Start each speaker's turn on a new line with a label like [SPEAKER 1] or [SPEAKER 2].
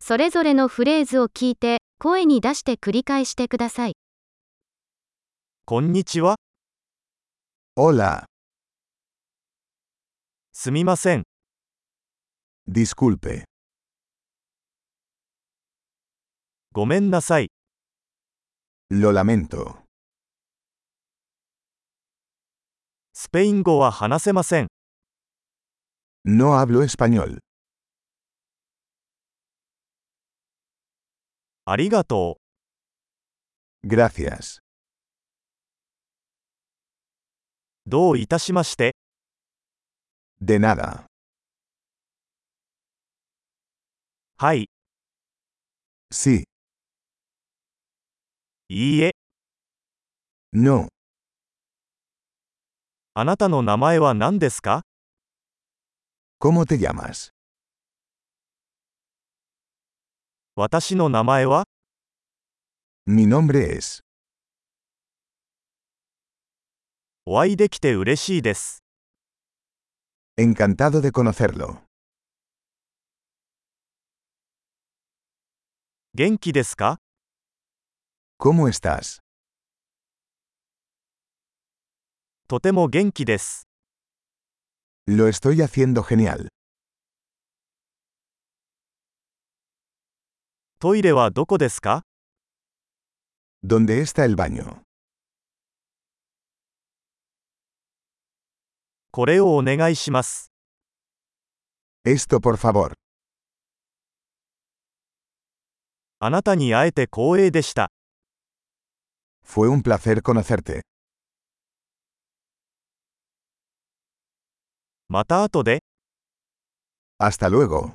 [SPEAKER 1] それぞれのフレーズを聞いて、声に出して繰り返してください。
[SPEAKER 2] こんにちは、
[SPEAKER 3] Hola,
[SPEAKER 2] すみません、
[SPEAKER 3] disculpe,
[SPEAKER 2] ごめんなさい、
[SPEAKER 3] lo lamento.
[SPEAKER 2] スペイン語は話せません、
[SPEAKER 3] No hablo español.
[SPEAKER 2] ありがと
[SPEAKER 3] Gracias.
[SPEAKER 2] う、どういたしまして、
[SPEAKER 3] De nada.
[SPEAKER 2] はい、
[SPEAKER 3] Sí,
[SPEAKER 2] いいえ、
[SPEAKER 3] no.
[SPEAKER 2] あなたの名前は何ですか
[SPEAKER 3] ¿Cómo te llamas?
[SPEAKER 2] 私の名前は、
[SPEAKER 3] Mi nombre es.
[SPEAKER 2] お会いできて嬉しいです。
[SPEAKER 3] Encantado de conocerlo.
[SPEAKER 2] 元気ですか
[SPEAKER 3] ¿Cómo estás?
[SPEAKER 2] とても元気です。
[SPEAKER 3] Lo estoy haciendo genial.
[SPEAKER 2] トイレはどこですか
[SPEAKER 3] ¿Dónde está el baño?
[SPEAKER 2] これをお願いします。
[SPEAKER 3] Esto por favor.
[SPEAKER 2] あなたに会えて光栄でした。
[SPEAKER 3] Fue un placer conocerte.
[SPEAKER 2] また後で、
[SPEAKER 3] Hasta luego.